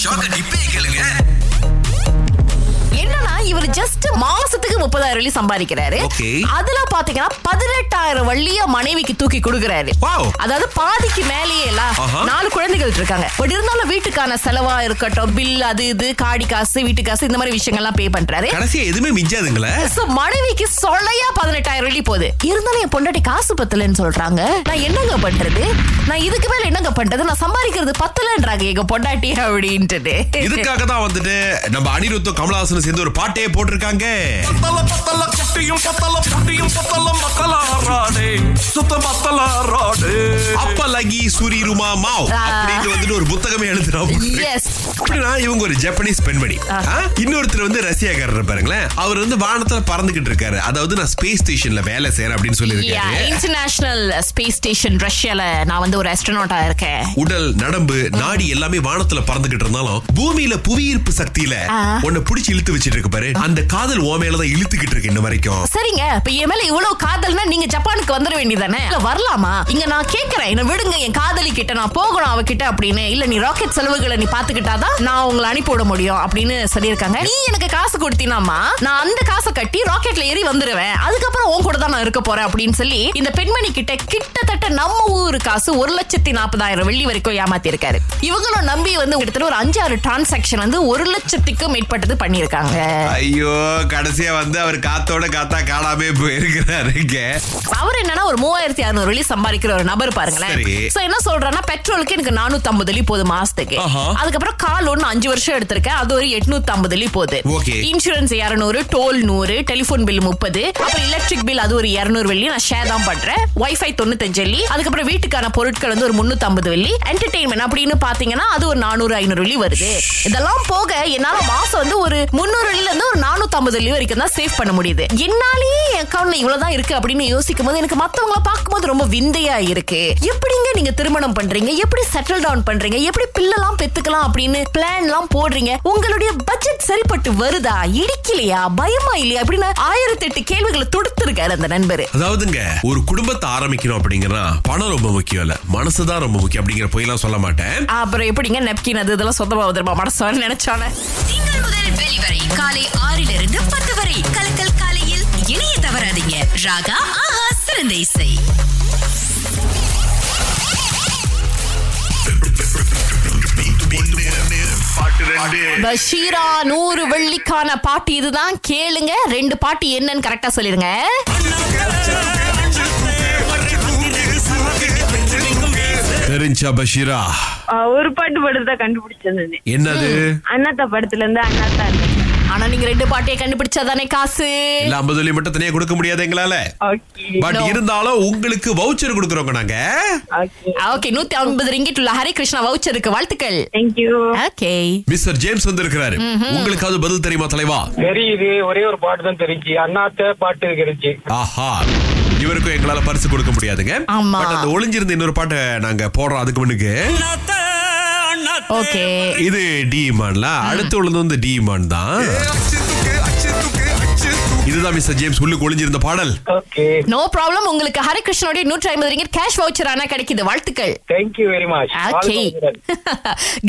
ஷாக்க டிப்பே கேளுங்க என்னன்னா இவர் ஜஸ்ட் மாசத்துக்கு முப்பதாயிரம் வெள்ளி சம்பாதிக்கிறாரு Okay. அதுல பாத்தீங்கன்னா பதினெட்டாயிரம் வள்ளிய மனைவிக்கு தூக்கி கொடுக்கறாரு Wow. அதாவது பாதிக்கு மேலேயே எல்லாம் ஆஹா. நாலு குழந்தைகள் இருக்காங்க பட் இருந்தாலும் வீட்டுக்கான செலவா இருக்கட்டும் பில் அது இது காடி காசு வீட்டு காசு இந்த மாதிரி விஷயங்கள்லாம் பே பண்றாரு கடைசியா எதுவுமே மிஞ்சாதுங்களே So, மனைவிக்கு சொலையா பதினெட்டாயிரம் வெள்ளி போகுது இருந்தாலும் என் பொண்டாட்டி காசு பத்தலன்னு சொல்றாங்க நான் என்னங்க பண்றது நான் இதுக்கு மேல என்னங்க பண்றது நான் சம்பாதிக்கிறது பத்தலன்றாங்க எங்க பொண்டாட்டி அப்படின்ட்டு இதுக்காக தான் வந்துட்டு நம்ம அனிருத்தும் கமலஹாசனும் சேர்ந்து ஒரு பாட்டே போட்டிருக்காங்க பத்தல பத்தல குட்டியும் பத்தல புட்டியும் பத்தல மத்தல ஆறாடே சுத்த மத்தல ஆறாடே அப்பா லகி சூரி ருமா மாவ் ஆ. அப்படின்னு வந்துட்டு ஒரு புத்தகமே எழுதுறாங்க Yes. அப்படின்னா இவங்க ஒரு ஜப்பானீஸ் பெண்மணி ஆஹா. ஆ, இன்னொருத்தர் வந்து ரஷ்யாக்காரர் பாருங்களேன் அவர் வந்து வானத்துல பறந்துகிட்டு இருக்காரு அதாவது நான் ஸ்பேஸ் ஸ்டேஷன்ல வேலை செய்யறேன் அப்படின்னு சொல்லியிருக்காரு இன்டர்நேஷனல் ஸ்பேஸ் ஸ்டேஷன் ரஷ்யால நான் வந்து ஒரு ஆஸ்ட்ரோநாட்டா இருக்கேன் உடல் நடம்பு நாடி எல்லாமே வானத்துல பறந்துகிட்டு இருந்தாலும் பூமியில புவியீர்ப்பு சக்தியில ஆ. உன்னை புடிச்சு இழுத்து வச்சிட்டு இருக்கு பாரு அந்த காதல் ஓ மேலதான் இழுத்துக்கிட்டு இருக்கு இன்ன வரைக்கும் சரிங்க இப்ப என் மேல இவ்வளவு காதல்னா நீங்க ஜப்பானுக்கு வந்துட வேண்டியதானே இல்ல வரலாமா இங்க நான் கேக்குறேன் என்ன விடுங்க என் காதலி கிட்ட நான் போகணும் அவகிட்ட அப்படின்னு இல்ல நீ ராக்கெட் செலவுகளை நீ பாத்துக்கிட்டாதான் நான் உங்களை அனுப்பி விட முடியும் அப்படின்னு சொல்லியிருக்காங்க நீ எனக்கு காசு கொடுத்தீனாமா நான் அந்த காசை கட்டி ராக்கெட்ல ஏறி வந்துருவேன் அதுக்கப்புறம் உன் கூட தான் நான் இருக்க போறேன் அப்படின்னு சொல்லி இந்த பெண்மணி கிட்ட கிட்டத்தட்ட நம்ம ஊரு காசு ஒரு லட்சத்தி நாற்பதாயிரம் வெள்ளி வரைக்கும் ஏமாத்தி இருக்காரு இவங்களும் நம்பி வந்து கிட்டத்தட்ட ஒரு அஞ்சாறு டிரான்சாக்ஷன் வந்து ஒரு லட்சத்துக்கும் மேற்பட்டது பண்ணியிருக்காங்க ஐயோ கடைசியா வந்து அவர் காத்தோட காத்தா காணாமே போயிருக்கிறாருங்க அவர் என்னன்னா ஒரு மூவாயிரத்தி அறுநூறு வெள்ளி சம்பாதிக்கிற ஒரு நபர் பாருங்களேன் சரி. சோ என்ன சொல்றான்னா பெட்ரோலுக்கு எனக்கு நானூத்தி ஐம்பது வெள்ளி போகுது மாசத்துக்கு ஆஹா. அதுக்கப்புறம் கால் ஒண்ணு அஞ்சு வருஷம் எடுத்திருக்கேன் அது ஒரு எட்நூத்தி ஐம்பது வெள்ளி போகுது Okay. இன்சூரன்ஸ் இரநூறு டோல் நூறு டெலிபோன் பில் முப்பது அப்புறம் எலக்ட்ரிக் பில் அது ஒரு இரநூறு வெள்ளி நான் ஷேர் தான் பண்றேன் வைஃபை தொண்ணூத்தஞ்சு வெள்ளி அதுக்கப்புறம் வீட்டுக்கான பொருட்கள் வந்து ஒரு முன்னூத்தி ஐம்பது வெள்ளி என்டர்டைன்மெண்ட் அப்படின்னு பாத்தீங்கன்னா அது ஒரு நானூறு ஐநூறு வெள்ளி வருது இதெல்லாம் போக என்னால மாசம் வந்து ஒரு முந்நூறு வெள்ளில இருந்து ஒரு நானூத்தி ஐம்பது வெள்ளி வரைக்கும் தான் சேவ் பண்ண முடியுது என்னாலேயே என் அக்கௌண்ட்ல இவ்வளவுதான் இருக்கு அப்படின்னு யோசிக்கும் போது எனக்கு மத்தவங்கள பார்க்கும்போது ரொம்ப விந்தையா இருக்கு எப்படிங்க நீங்க திருமணம் பண்றீங்க எப்படி செட்டில் டவுன் பண்றீங்க எப்படி பிள்ளைலாம் பெத்துக்கலாம் அப்படின்னு பிளான் எல்லாம் போடுறீங்க உங்களுடைய பட்ஜெட் சரிப்பட்டு வருதா இடிக்கலையா பயமா இல்லையா அப்படின்னு ஆயிரத்தெட்டு கேள்விகளை தொடுத்திருக்காரு அந்த நண்பர் அதாவதுங்க ஒரு குடும்பத்தை ஆரம்பிக்கணும் அப்படிங்கன்னா பணம் ரொம்ப முக்கியம் இல்ல மனசுதான் ரொம்ப முக்கியம் அப்படிங்கிற பொய்லாம் சொல்ல மாட்டேன் அப்புறம் எப்படிங்க நெப்கின் அது இதெல்லாம் சொந்தமாக திரும்ப மனசான்னு நினைச்சானே திங்கள் முதல் வெளிவரை காலை ஆறிலிருந்து பத்து வரை கலக்கல் காலையில் இணைய தவறாதீங்க ராகா ஆஹா சிறந்த இசை பஷீரா நூறு வெள்ளிக்கான பாட்டு இதுதான் கேளுங்க ரெண்டு பாட்டு என்னன்னு கரெக்டா சொல்லிருங்க தெரிஞ்சா பஷீரா ஆ, ஒரு பாட்டு பாடுறதா கண்டுபிடிச்சது என்னது அண்ணாத்தா படத்துல இருந்து அண்ணாத்தா ஆனா நீங்க ரெண்டு பாட்டையே கண்டுபிடிச்சாதானே காசு இல்ல ஐம்பது வழி மட்டும் தனியா கொடுக்க முடியாது எங்களால ஓகே பட் No. இருந்தாலும் உங்களுக்கு வவுச்சர் கொடுக்குறோங்க நாங்க ஓகே ஓகே நூத்தி ஐம்பது ரிங்கிட் உள்ள ஹரி கிருஷ்ணா வவுச்சருக்கு வாழ்த்துக்கள் தேங்க்யூ ஓகே மிஸ்டர் ஜேம்ஸ் வந்து இருக்கிறாரு உங்களுக்கு அது பதில் தெரியுமா தலைவா தெரியுது ஒரே ஒரு பாட்டு தான் தெரிஞ்சு அண்ணாத்த பாட்டு தெரிஞ்சு ஆஹா இவருக்கும் எங்களால பரிசு கொடுக்க முடியாதுங்க ஆமா. பட் அந்த ஒளிஞ்சிருந்த இன்னொரு பாட்டை நாங்க போடுறோம் அதுக்கு முன்னுக்கு ஓகே இது டி மான்ல அடுத்து உள்ளது வந்து டி மான் தான் இதுதான் மிஸ்டர் ஜேம்ஸ் உள்ளுக்கு ஒளிஞ்சிருந்த பாடல் ஓகே நோ ப்ராப்ளம் உங்களுக்கு ஹரி கிருஷ்ணனுடைய நூற்றி ஐம்பது ரிங்கிட் கேஷ் வவுச்சர் ஆனா கிடைக்குது வாழ்த்துக்கள் தேங்க்யூ வெரி மச் ஓகே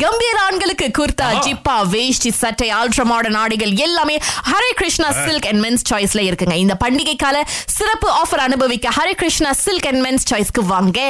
கம்பீர ஆண்களுக்கு குர்தா ஜிப்பா வேஷ்டி சட்டை அல்ட்ரா மாடர்ன் ஆடைகள் எல்லாமே Hare Krishna silk and men's சாய்ஸ்ல இருக்குங்க இந்த பண்டிகை கால சிறப்பு ஆஃபர் அனுபவிக்க Hare Krishna silk and men's சாய்ஸ்க்கு வாங்க